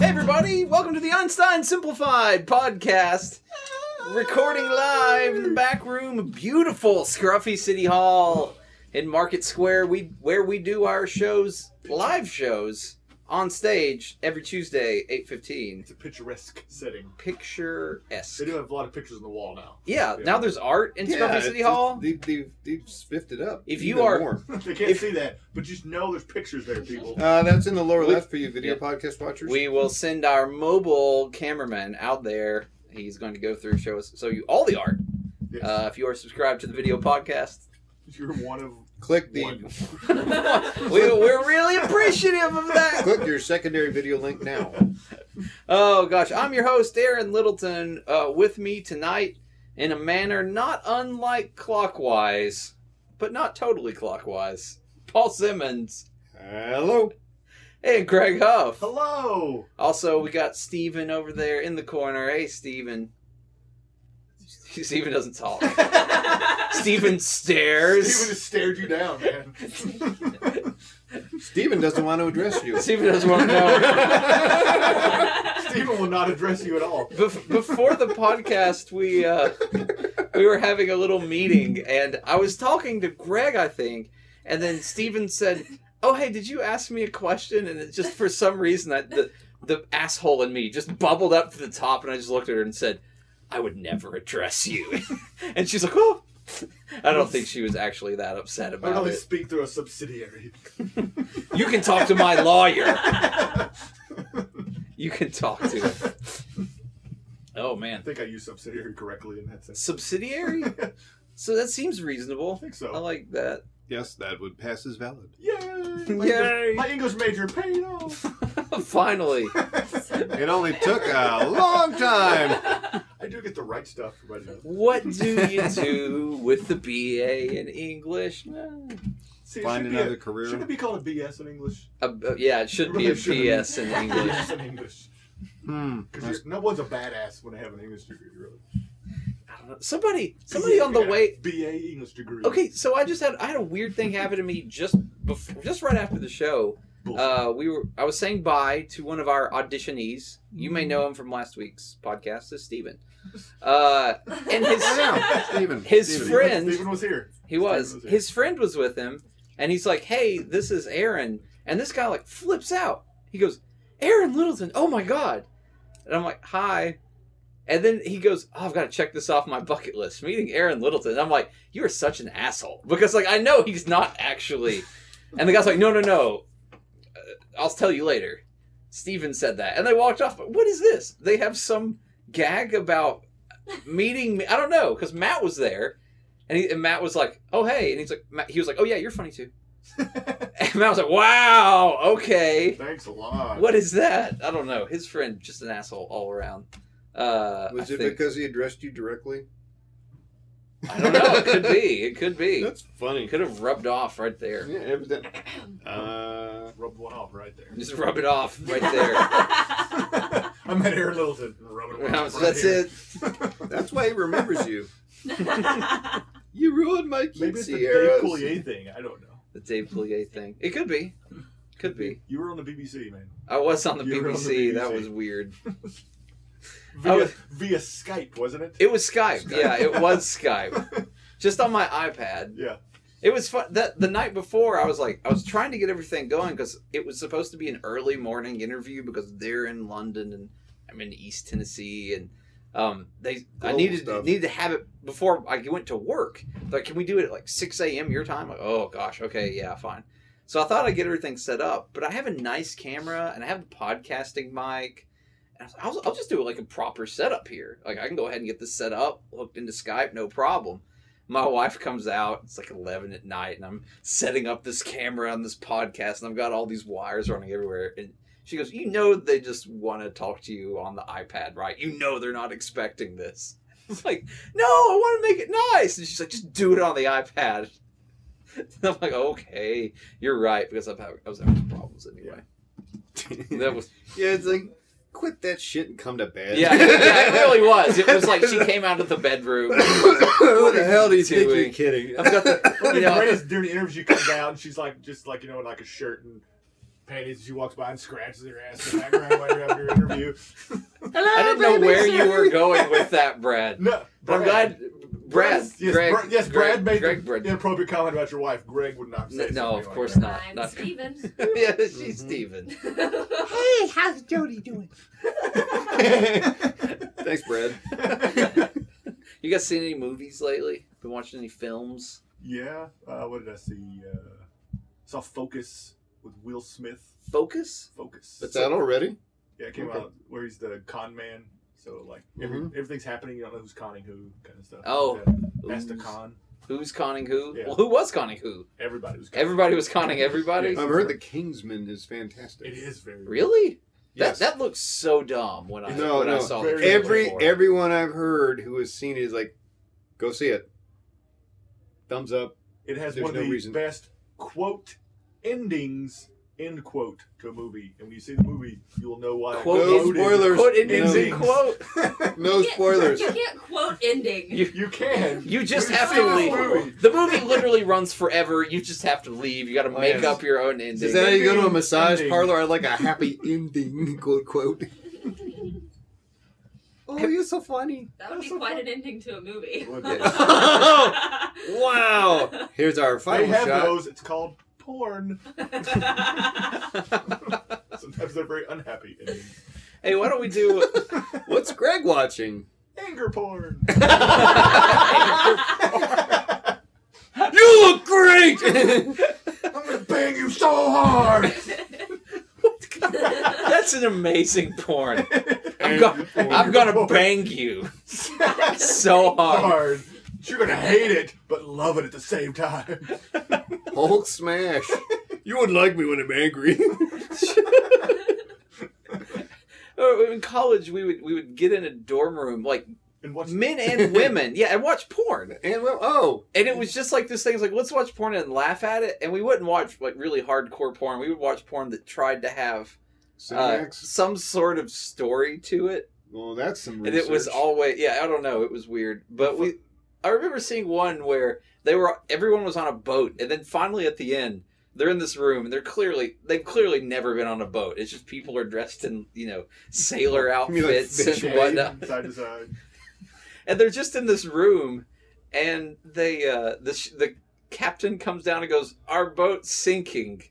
everybody. Welcome to the Einstein Simplified podcast. Recording live in the back room of beautiful Scruffy City Hall in Market Square, we where we do our shows, live shows on stage every Tuesday, 8:15. It's a picturesque setting. Picturesque. They do have a lot of pictures on the wall now. Yeah, Yeah. now there's art in Scruffy it's City just- Hall. They've, they've, they've spiffed it up. If you even are- more. they can't If- see that, but just know there's pictures there, people. Uh, that's in the lower We- left for you video yeah. podcast watchers. We will send our mobile cameraman out there. He's going to go through show us so you all the art. Yes. Uh, if you are subscribed to the video podcast, You're one of click the one. we, we're really appreciative of that. click your secondary video link now. Oh gosh, I'm your host Aaron Littleton. Uh, with me tonight, in a manner not unlike clockwise, but not totally clockwise, Paul Simmons Hello. and Greg Huff. Hello. Also, we got Steven over there in the corner. Hey, Steven. Steven doesn't talk. Steven Steven stares. just stared you down, man. Steven doesn't want to address you. Steven doesn't want to know. Steven will not address you at all. Bef- before the podcast, we uh, we were having a little meeting, and I was talking to Greg, I think, and then Steven said, "Oh, hey, did you ask me a question?" And it just for some reason, I, the the asshole in me just bubbled up to the top, and I just looked at her and said, "I would never address you," and she's like, "Oh." I don't think she was actually that upset I about only it. speak through a subsidiary. You can talk to my lawyer. You can talk to him. Oh I man, think I used subsidiary correctly in that sense. subsidiary. I So that seems reasonable. think I so. like that. Yes, that would pass as valid. Yay! My, Yay. English, my English major paid off. Finally. It only took a long time. I do get the right stuff for my job. What do you do with the BA in English? Uh, See, it Find should be another a- Should it career. be called a BS in English? Uh, uh, yeah, it should be a Really shouldn't. PS in English. BS in English. Hmm. Because no one's a badass when they have an English degree, really. I don't know. Somebody, somebody on the Yeah, way. BA English degree. Okay, so I just had I had a weird thing happen to me just before, just right after the show. Bullshit. Uh, we were I was saying bye to one of our auditionees. You may know him from last week's podcast, is Steven. Uh, and his I know. Steven. His Steven. friend- Steven was here. He was. was there. His friend was with him, and he's like, "Hey, this is Aaron," and this guy like flips out. He goes, "Aaron Littleton, oh my god!" And I'm like, "Hi," and then he goes, oh, "I've got to check this off my bucket list, meeting Aaron Littleton." And I'm like, "You are such an asshole," because like I know he's not actually, and the guy's like, "No, no, no, uh, I'll tell you later." Steven said that, and they walked off. But what is this? They have some gag about meeting me. I don't know because Matt was there. And, he, and Matt was like, "Oh hey," and he's like, Matt, he was like, "Oh yeah, you're funny too." and Matt was like, "Wow, okay, Thanks a lot. what is that?" I don't know. His friend, just an asshole all around. Uh, Was I, it think- because he addressed you directly? I don't know. It could be. It could be. That's funny. Could have rubbed off right there. Yeah, evidently. Uh, Rubbed one off right there. Just rub it off right there. I met Aaron Littleton. Rubbing one off. Right That's here. it. that's why he remembers you. You ruined my Maybe it's the cutesy Dave arrows. Coulier thing. I don't know. The Dave Plie thing. It could be. Could be. You were on the BBC, man. I was on the, You BBC. were on the That BBC. was weird. Via, was- via Skype, wasn't it? It was Skype. Skype. Yeah, it was Skype. Just on my iPad. Yeah. It was fun. That the night before, I was like, I was trying to get everything going because it was supposed to be an early morning interview because they're in London and I'm in East Tennessee and um, they I Global needed stuff. needed to have it before I went to work. Like, can we do it at like 6 a.m. your time? Like, oh gosh, okay, yeah, fine. So I thought I'd get everything set up, but I have a nice camera and I have a podcasting mic. And I was, I'll, I'll just do like a proper setup here. Like I can go ahead and get this set up, hooked into Skype, no problem my wife comes out it's like 11 at night and i'm setting up this camera on this podcast and i've got all these wires running everywhere and she goes you know they just want to talk to you on the ipad right you know they're not expecting this it's like no i want to make it nice and she's like just do it on the ipad and i'm like okay you're right because I've had, i was having problems anyway that was Yeah, it's like, quit that shit and come to bed. yeah, yeah it really was it was like she came out of the bedroom Who the hell do you think Doing. you're kidding? I've got the- One of the You know- greatest during the interviews, she comes out and she's like, just like you know, in like a shirt and panties as she walks by and scratches her ass in the background while you're having your interview. I Ah, didn't know where you were going with that, Brad. No, But I'm glad Brad. Yes, Greg, Brad, yes, Greg, Brad made Greg, the Brad. inappropriate comment about your wife. Greg would not No, say something of like course that. not. I'm Steven. yeah, she's Mhm. Steven. Hey, how's Jody doing? Thanks, Brad. You guys seen any movies lately? Been watching any films? yeah. Uh, what did I see? Uh, saw Focus with Will Smith. Focus? Focus. That's out already? Yeah, it came Okay. Mm-hmm. out where he's the con man. So like every, everything's happening. You don't know who's conning who, kind of stuff. Oh. Like that. that's the Who's- con. Who's conning who? Yeah. Well, who was conning who? Everybody was. Conning. Everybody was conning everybody. Yeah. I've heard the Kingsman is It fantastic. is very Really? Yes. That that looks so dumb when I No, when I no. saw Very the trailer Every for it. everyone I've heard who has seen it is like, go see it. Thumbs up. It has There's one of no the reason. best quote endings end quote to a movie, and when you see the movie, you will know why. it Quote No ending- spoilers. Quote endings in No. quote. No You can't- spoilers. You can't quote ending. You- You can. You just We've have seen to this leave. movie. The movie literally runs forever. You just have to leave. You got to Oh, make yes. up your own ending. Is that how you go to a Ending. massage Ending. parlor? I like a happy ending, quote quote. Oh, you're so funny. That would be quite an ending to a movie. Would be. Wow. Here's our They final have shot. those. It's called porn. Sometimes they're very unhappy endings. hey, why don't we do? What's Greg watching? Anger porn. You look great. I'm gonna bang you so hard. That's an amazing porn. I'm, And go- porn. I'm gonna bang you so hard. hard. You're gonna hate it, but love it at the same time. Hulk smash. You wouldn't like me when I'm angry. Or In college, we would we would get in a dorm room, like And what's men and women, yeah, and watch porn. and well, oh, And it was just like this thing. It's like let's watch porn and laugh at it. And we wouldn't watch like really hardcore porn. We would watch porn that tried to have uh, Cinemax. some sort of story to it. well, that's some. and Research. it was always yeah i don't know it was weird but we i remember seeing one where they were everyone was on a boat and then finally at the end they're in this room and they're clearly they've clearly never been on a boat it's just people are dressed in you know sailor You mean like outfits fish and egg? whatnot Side to side. and they're just in this room and they uh the sh- the captain comes down and goes our boat's sinking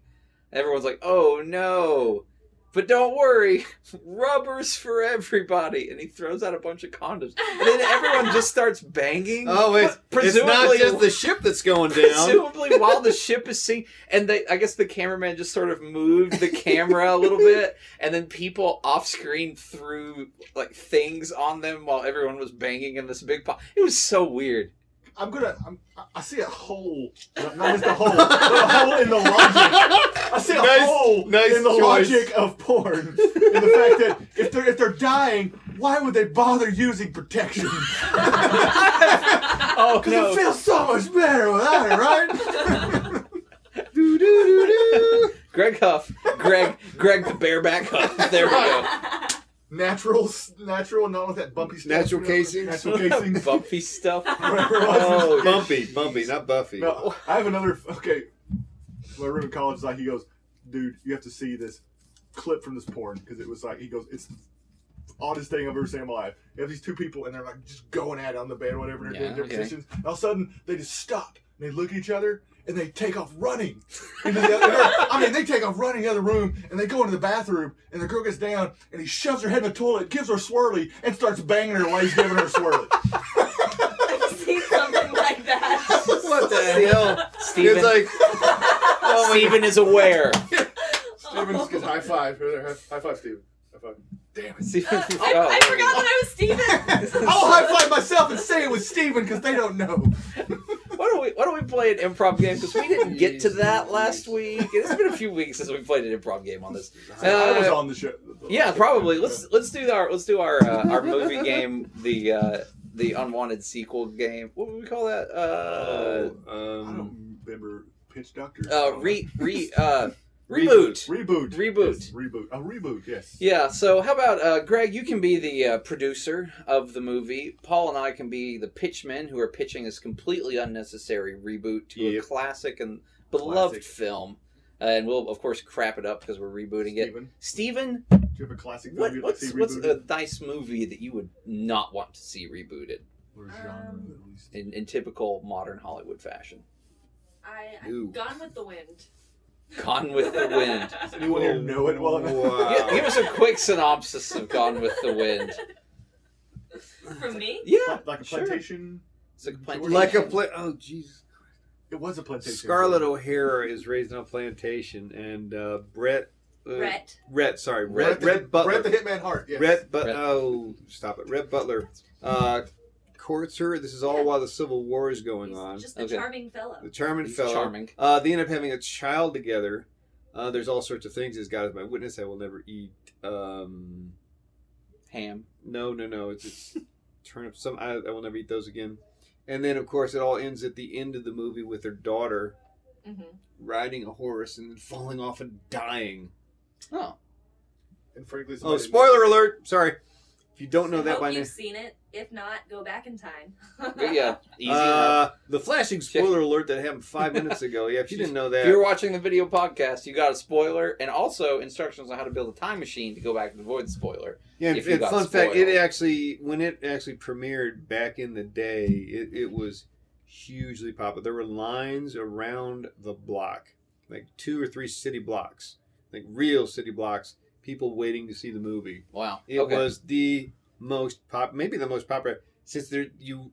everyone's like oh no but don't worry rubbers for everybody and he throws out a bunch of condoms and then everyone just starts banging Oh, it's, it's not Presumably- just the ship that's going down. presumably while the ship is sinking and they i guess the cameraman just sort of moved the camera a little bit and then people off screen threw like things on them while everyone was banging in this big pot it was so weird I'm gonna. I'm, I- I see a hole. Not, not just a hole, but a hole in the logic. I see a Nice- hole nice in the choice. logic of porn, and the fact that if they're if they're dying, why would they bother using protection? oh Because it feels so much better without it, right? Doo, doo, doo, doo. greg huff greg greg the bareback huff there we go natural, s- natural, not with that bumpy stuff. Natural casings. Natural casings. bumpy stuff Whatever it was. oh Bumpy, Bumpy, not Buffy. No, I have another. Okay, my room in college is like he goes, dude, you have to see this clip from this porn because it was like he goes, it's the oddest thing I've ever seen in my life. You have these two people and they're like just going at it on the bed, or whatever, and they're Yeah, doing different okay. positions. And all of a sudden they just stop and they look at each other. And they take off running. Into the other, I mean, they take off running out of the room and they go into the bathroom. And the girl gets down and he shoves her head in the toilet, gives her a swirly, and starts banging her legs, giving her a swirly. I've seen something like that. what the hell? steven It's like oh steven is aware Steven just gets high five. High five, Steven. High five. Damn it. Steven- Uh, I, I oh. forgot that I was Steven. I'll high five myself and say it was Steven because they don't know. Why don't we Why don't we play an improv game? Because we didn't get to that last week. It's been a few weeks since we played an improv game on this. I was Uh, on the show. Yeah, probably. Let's let's do our let's do our uh, our movie game. The uh, the unwanted sequel game. What would we call that? Uh, I um, don't remember Pitch Doctor. uh, re re uh, Reboot. reboot. Oh. Reboot. Reboot. Yes, reboot. A reboot, yes. Yeah. So how about uh, Greg? You can be the uh, producer of the movie. Paul and I can be the pitchmen who are pitching this completely unnecessary reboot to Yep. a classic and beloved Classic. film. Uh, and we'll of course crap it up because we're rebooting it. Steven, Steven, Do you have a classic what, movie you'd like to what's see what's rebooted? a nice movie that you would not want to see rebooted Or genre, Um, at least. in, in typical modern Hollywood fashion? I, Ooh. I'm gone with the wind. Gone with the Wind. Does anyone here know it well enough? oh, Wow. Gi- give us a quick synopsis of Gone with the Wind. From me? Yeah, like a sure. plantation. it's like, plantation. like a pla- oh Jesus. It was a plantation. Scarlett O'Hara is raised on a plantation, and uh, Brett. Uh, Brett. Brett, sorry, Brett, Brett. the- Brett Butler. Brett the Hitman Hart. Yes. Rhett but Rhett. oh, stop it. Rhett Butler uh, courts her. This is all Yeah. while the Civil War is going He's on. just a Okay. charming fellow. the charming He's fellow. charming. Uh, they end up having a child together. Uh, there's all sorts of things. As God is my witness, I will never eat. Um, Ham. no, no, no. It's, it's turnip. Some I, I will never eat those again. And then, of course, it all ends at the end of the movie with their daughter Mm-hmm. riding a horse and then falling off and dying. Oh, And frankly, Oh, somebody- spoiler alert! Sorry, if you don't know I that hope by now. you've seen it. If not, go back in time. but yeah, easy enough. Uh, the flashing spoiler alert that happened five minutes ago. Yeah, if you didn't know If you're that, watching the video podcast, you got a spoiler and also instructions on how to build a time machine to go back and avoid the spoiler. yeah. And, if you and got fun fact, it spoiled. actually when it actually premiered back in the day, it, it was hugely popular. There were lines around the block, like two or three city blocks, like real city blocks. People waiting to see the movie. Wow. It okay. was the most pop, maybe the most popular since there you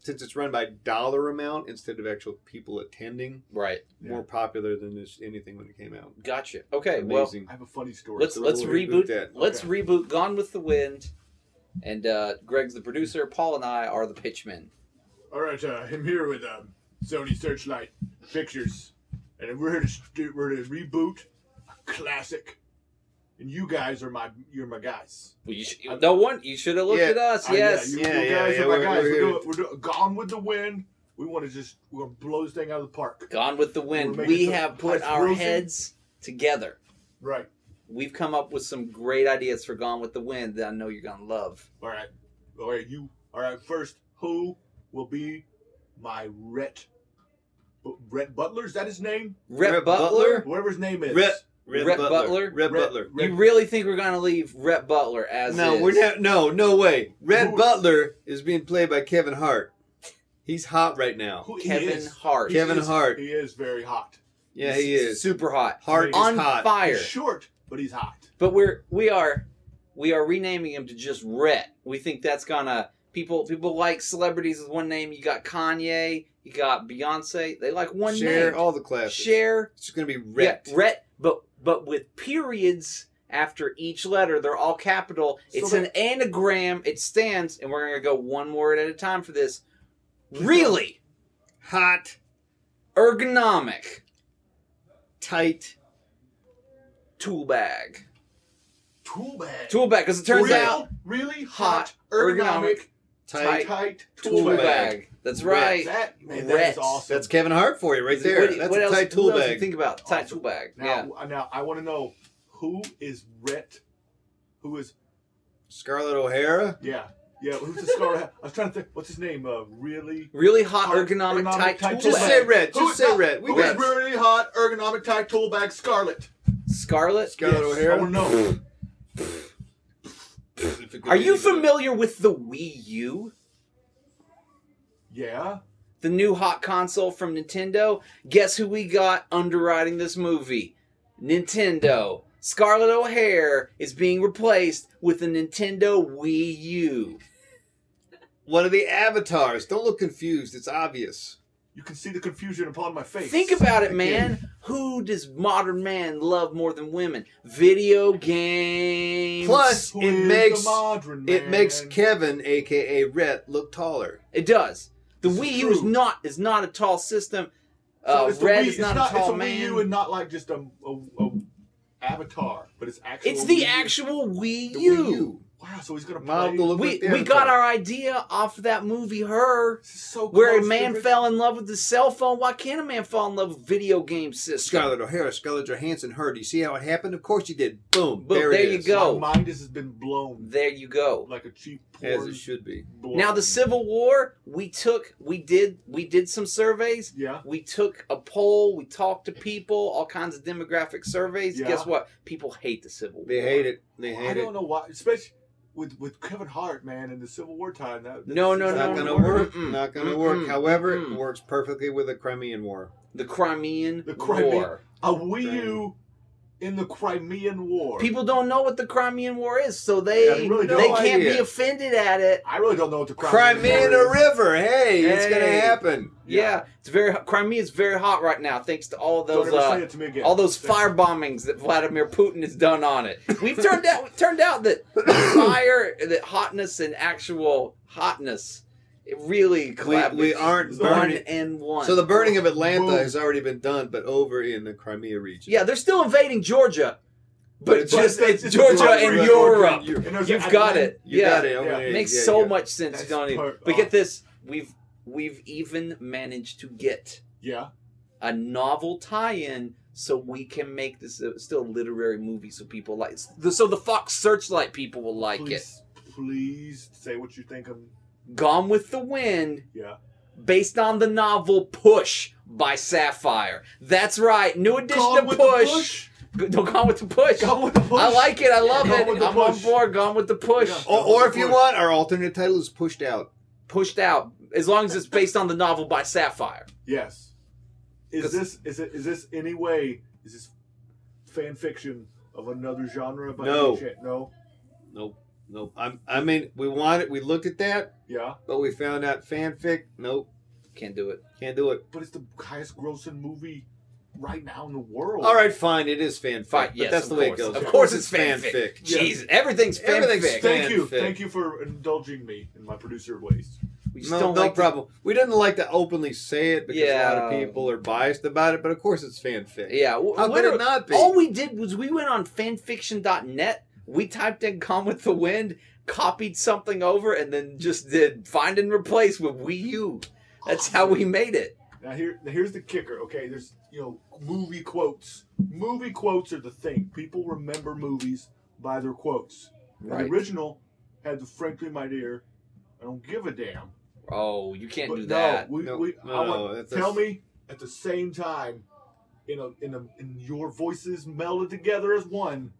since it's run by dollar amount instead of actual people attending. right. More popular than this, anything when it came out. Gotcha. Okay. Well, Amazing. I have a funny story. let's So let's we'll reboot. reboot that. Let's Okay. reboot Gone with the Wind. And uh, Greg's the producer. Paul and I are the pitchmen. All right, uh, I'm here with um, Sony Searchlight Pictures, and we're here to st- we're to reboot a classic, and you guys are my you're my guys. Well, you sh- no one. You should have looked Yeah. at us. Ah, yes. you, Yeah, you yeah, guys yeah, are my we're- guys. We're, we're- doing, we're doing, gone with the wind. We want to just we're gonna blow this thing out of the park. Gone with the Wind. We're making We some have put Heist our Wilson. heads together. Right. We've come up with some great ideas for Gone with the Wind that I know you're gonna love. All right. All right. You. All right. First, who will be my Rhett? Bu- Rhett Butler is that his name? Rep, Rhett Butler. Butler? Whatever his name is. Rhett- Rhett Butler? Red Rhett Rhett- Butler. Rhett- You really think we're gonna leave Rhett Butler as no, is? we're not. No, no way. Red Who- Butler is being played by Kevin Hart. He's hot right now. Who he Kevin is. Hart. He Kevin is- Hart. He is very hot. Yeah, he is. super hot, Hart is on hot. fire. He's short, but he's hot. But we're we are we are renaming him to just Rhett. We think that's gonna people people like celebrities with one name. You got Kanye, you got Beyonce. They like one Share name. all the classes. Share It's just gonna be Rhett. yeah, Rhett. But but with periods after each letter, they're all capital. So It's that- an anagram. It stands, and we're gonna go one word at a time for this. Keep Really Hot, ergonomic tight. tool bag. Tool bag. Tool bag, because it turns Real, out really Hot, hot, ergonomic, Tight. tight tool, tool bag. bag. That's Rhett. right. That, man, that Rhett. is awesome. That's Kevin Hart for you right there. What, do you- That's what a else, tight tool what else do you bag. think about tight Awesome. tool bag? yeah. now, uh, now I want to know who is Rhett? Who is Scarlett O'Hara. yeah yeah? Who's the star? I was trying to think. What's his name? Uh, really. Really hot Hot ergonomic, ergonomic tight, tight tool Just tool bag. say Red. Who Just is- say Red. We who is got it. really hot, ergonomic, tight tool bag? Scarlet. Scarlet. Scarlett Yes, O'Hara. I wanna know. Are you familiar with the Wii U? Yeah. The new hot console from Nintendo? Guess who we got underwriting this movie? Nintendo. Scarlett O'Hare is being replaced with a Nintendo Wii U. One of the avatars. Don't look confused. It's obvious. You can see the confusion upon my face. Think about it, man. Who does modern man love more than women? Video games. Plus, Who it is the makes modern It makes man? Kevin, aka Rhett, look taller. It does. The This is Wii U is true. not is not a tall system. So Uh, it's the Red Wii- is not, it's a tall it's man. Wii U and not like just a, a, a avatar, but it's actual. it's Wii the U. actual Wii The U. Wii U. Wow, wow, so he's gonna Mild play. to look We like the we got Avatar. our idea off of that movie Her, This is so where a close, man different- fell in love with his cell phone. Why can't a man fall in love with video game system? Scarlett O'Hara, Scarlett Johansson, her. Do you see how it happened? Of course you did. Boom. Boom, There, it there you is. go. My mind has been blown There you go. like a cheap As porn. it should be. blown. Now the Civil War, we took, we did, we did some surveys. yeah. We took a poll. We talked to people, all kinds of demographic surveys. Yeah. Guess what? People hate the Civil War. They hate it. They I hate don't it. know why, especially with with Kevin Hart, man, in the Civil War time. That, that No, no, seems no, Not like gonna it work. Mm-mm. Not gonna Mm-mm. work. However, Mm. it works perfectly with the Crimean War. The Crimean The Crimean- War. A Wii U in the Crimean War. People don't know what the Crimean War is, so they Yeah, they really they no can't be idea. offended at it. I really don't know what the Crimean Crimean War a is. river. Hey, it's gonna Hey. happen. Yeah, Yeah. it's very Crimea is very hot right now, thanks to all Don't those ever say uh, it to me again. all those Thank- fire bombings that Vladimir Putin has done on it. We've turned out we've turned out that fire, that hotness, and actual hotness, it really We, collaborates. we aren't So one burning. and one. So the burning of Atlanta Boom. has already been done, but over in the Crimea region. yeah, they're still invading Georgia, but, But it's it's- just it's- it's it's Georgia Georgia and and Europe. You, And there's You've an got Atlantic- it. you yeah. got it. Yeah. Okay, makes yeah, so yeah. much sense. That's You don't even. part- But get oh. this: we've we've even managed to get Yeah. a novel tie-in, so we can make this a, still a literary movie, so people like. The, so the Fox Searchlight people will like it. please, Please say what you think of. Gone with the Wind, Yeah. based on the novel Push by Sapphire. That's right, new edition Gone of with the Push. G- No, Gone with the Push. Gone with the push. I like it. I love Gone it. with the I'm on Push. board. Gone with the Push. Yeah. Or, or if you want, our alternate title is pushed out. Pushed out. As long as it's based on the novel by Sapphire. Yes. Is this is it is this any way? Is this fan fiction of another genre? By No. any chan- No. Nope. Nope. I'm, I mean, we want it. We looked at that, Yeah. but we found out fanfic. Nope. Can't do it. Can't do it. But it's the highest grossing movie right now in the world. All right, fine. It is fanfic. Fine, but yes, that's of the way course. it goes. Of course it's fanfic. Yeah. Jeez, everything's fanfic. Everything's Thank you. Fanfic. Thank you for indulging me in my producer ways. We just no don't no like to- problem. We didn't like to openly say it because a lot of Yeah. people are biased about it, but of course it's fanfic. Yeah. w- How what could are- it not be? All we did was we went on fanfiction.net, we typed in Gone with the Wind, copied something over, and then just did find and replace with Wii U. That's how we made it. Now here, now here's the kicker. Okay, there's you know movie quotes. Movie quotes are the thing. People remember movies by their quotes. And Right. The original had the frankly, my dear, I don't give a damn. Oh, you can't But do no, that. we, No, we, no, I want, that's- tell me at the same time, in a, in a, in your voices melded together as one,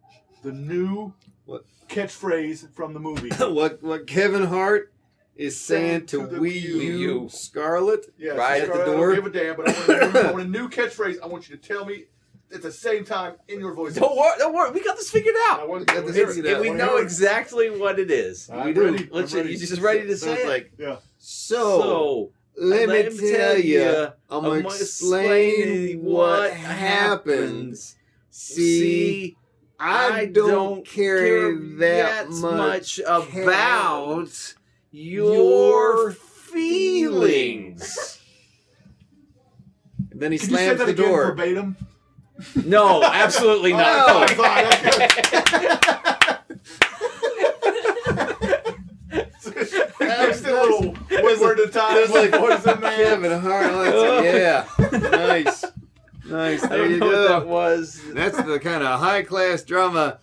the new What? catchphrase from the movie. what what Kevin Hart is Saying saying to, to the Wii Wii U, U. Scarlet. Yeah, Right so at the sorry, door. I don't give a damn, but I want, a, I want a new catchphrase. I want you to tell me at the same time in your voice. Don't worry, don't worry. We got this figured I out. want Got I want this to hear figured it. out. And we I want to know hear it. exactly what it is. I'm We do. ready. I'm Let's ready. you just ready to So say it's it. like Yeah. so. let, me tell you, I'm gonna explain what happens. See, I don't care that much about your feelings. And then he Can you say slams that the again door. verbatim? No, absolutely Oh, not. I thought- Just a little one word at a time. There's like what is it, man? Kevin Hart. I like it. Yeah, nice, nice. I There don't you know what that go. was. That's the kind of high class drama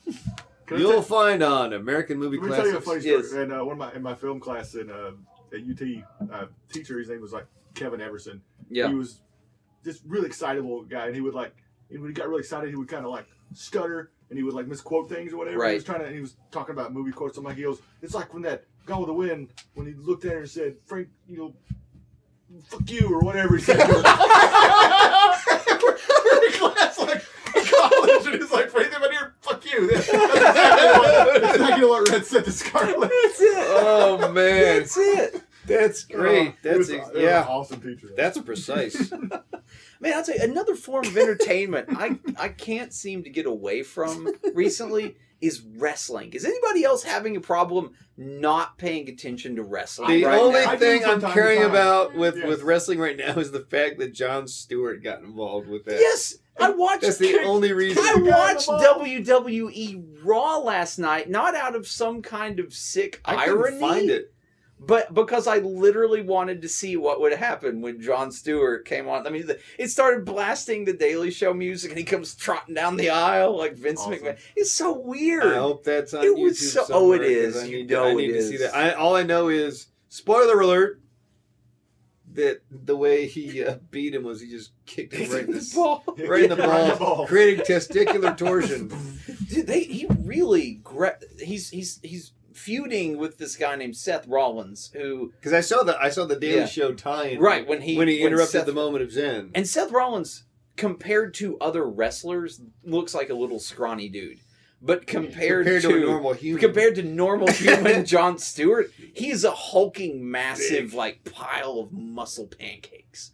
Can I you'll tell- find on American Movie Let me tell you a Classics. funny Yes. story. And uh, one of my in my film class in uh, at UT, uh, teacher, his name was like Kevin Everson. Yeah. He was just really excitable guy, and he would like, and when he got really excited, he would kind of like stutter, and he would like misquote things or whatever. He was Right. trying to, and he was talking about movie quotes. I'm like, he goes, it's like when that guy with the wind, when he looked at her and said, Frank, you know, fuck you or whatever he said. To her. we're, we're in class like in college, and he's like, Frank, I'm here, fuck you. That's exactly what, that's exactly what Red said to Scarlett. That's it. Oh man, That's it. that's Uh, great. he That's was- ex- he was an yeah. awesome teacher. That's precise. Man, I'll tell you another form of entertainment I I can't seem to get away from recently is wrestling. Is anybody else having a problem not paying attention to wrestling The right only now? I do thing from I'm time to caring time. about with, Yes. with wrestling right now is the fact that John Stewart got involved with that. Yes, I watched That's the only reason. I Got the watched ball. WWE Raw last night, not out of some kind of sick I couldn't irony, find it. but because I literally wanted to see what would happen when Jon Stewart came on. I mean, the, it started blasting the Daily Show music, and he comes trotting down the aisle like Vince Awesome. McMahon. It's so weird. I hope that's on It YouTube was so- somewhere oh, it 'cause is. I You need, know to, I it need to see is. that. I, all I know is spoiler alert. That the way he uh, beat him was he just kicked him right in the, Ball. right in the Right in the balls, balls. creating testicular torsion. Dude, they, he really gra- he's he's he's feuding with this guy named Seth Rollins, who Because I saw the I saw the Daily Yeah. Show tie-in right when he when he interrupted Seth- the moment of Zen. And Seth Rollins, compared to other wrestlers, looks like a little scrawny dude. But compared, compared to, to, a normal human, compared to normal human John Stewart, he's a hulking, massive Big. like pile of muscle pancakes.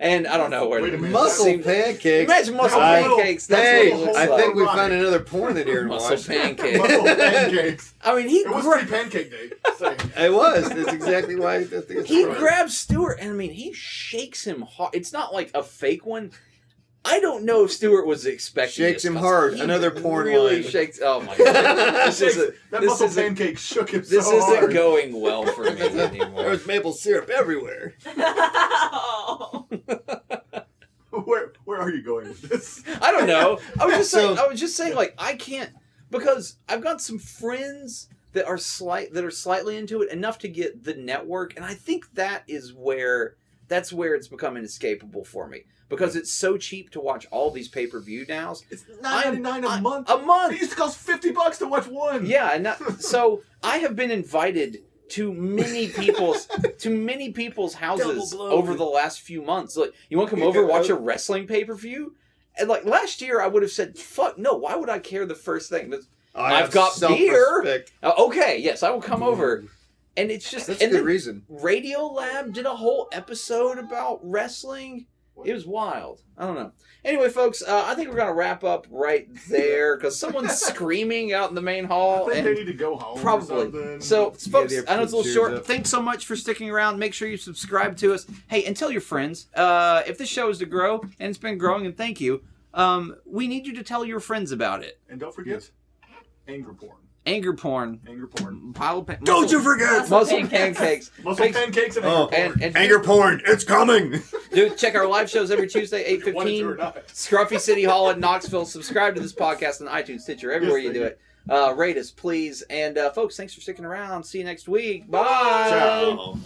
And I don't know where Wait a to minute. muscle Seems- pancakes. Imagine muscle I- pancakes. That's Hey, what it looks I like. think we Ironic. found another porn that Aaron muscle watched. pancakes. Muscle pancakes. I mean, he It was gra- free pancake day. Same. It was. That's exactly why. I think it's he right. grabs Stewart, and I mean, he shakes him hard. It's not like a fake one. I don't know if Stewart was expecting. Shakes this, him 'cause hard. he Another porn really line. shakes. Oh my god! this Shakes- isn't. that this muscle isn't- pancake shook him This so isn't hard. going well for me There anymore. was maple syrup everywhere. oh. where, where are you going with this? I don't know. I was just saying. So- I was just saying. Like I can't because I've got some friends that are slight that are slightly into it enough to get the network, and I think that is where that's where it's become inescapable for me because it's so cheap to watch all these pay per view nows. It's I'm- nine ninety nine a month. A month. It used to cost fifty bucks to watch one. Yeah, and that, so I have been invited to many people's to many people's houses Double blow. over the last few months. Like, you want to come You over and got- watch a wrestling pay per view? And like last year, I would have said, "Fuck no! Why would I care?" The first thing, But, I I've got self-respect. beer. uh, okay, yes, I will come over, and it's just That's a and good then reason. Radio Lab did a whole episode about wrestling. It was wild. I don't know. Anyway, folks, uh, I think we're gonna wrap up right there because someone's screaming out in the main I hall. think and- they need to go home. or Probably. something. So, folks, they're I know it's a little pretty short. cheered up. Thanks so much for sticking around. Make sure you subscribe to us. Hey, and tell your friends. Uh, if this show is to grow, and it's been growing, and thank you, um, we need you to tell your friends about it. and don't forget, anger porn. Anger porn, Anger porn. pile of pa- Don't muscle- you forget! muscle pancakes. Muscle Mm. Thanks. pancakes and anger Oh. porn. And, and Anger porn, it's coming. dude, check our live shows every Tuesday, eight Wanted to fifteen. or not. Scruffy City Hall in Knoxville. Subscribe to this podcast on iTunes, Stitcher, everywhere Yes, you do thank it. Uh, rate us, please. And uh, folks, thanks for sticking around. See you next week. Bye. Ciao.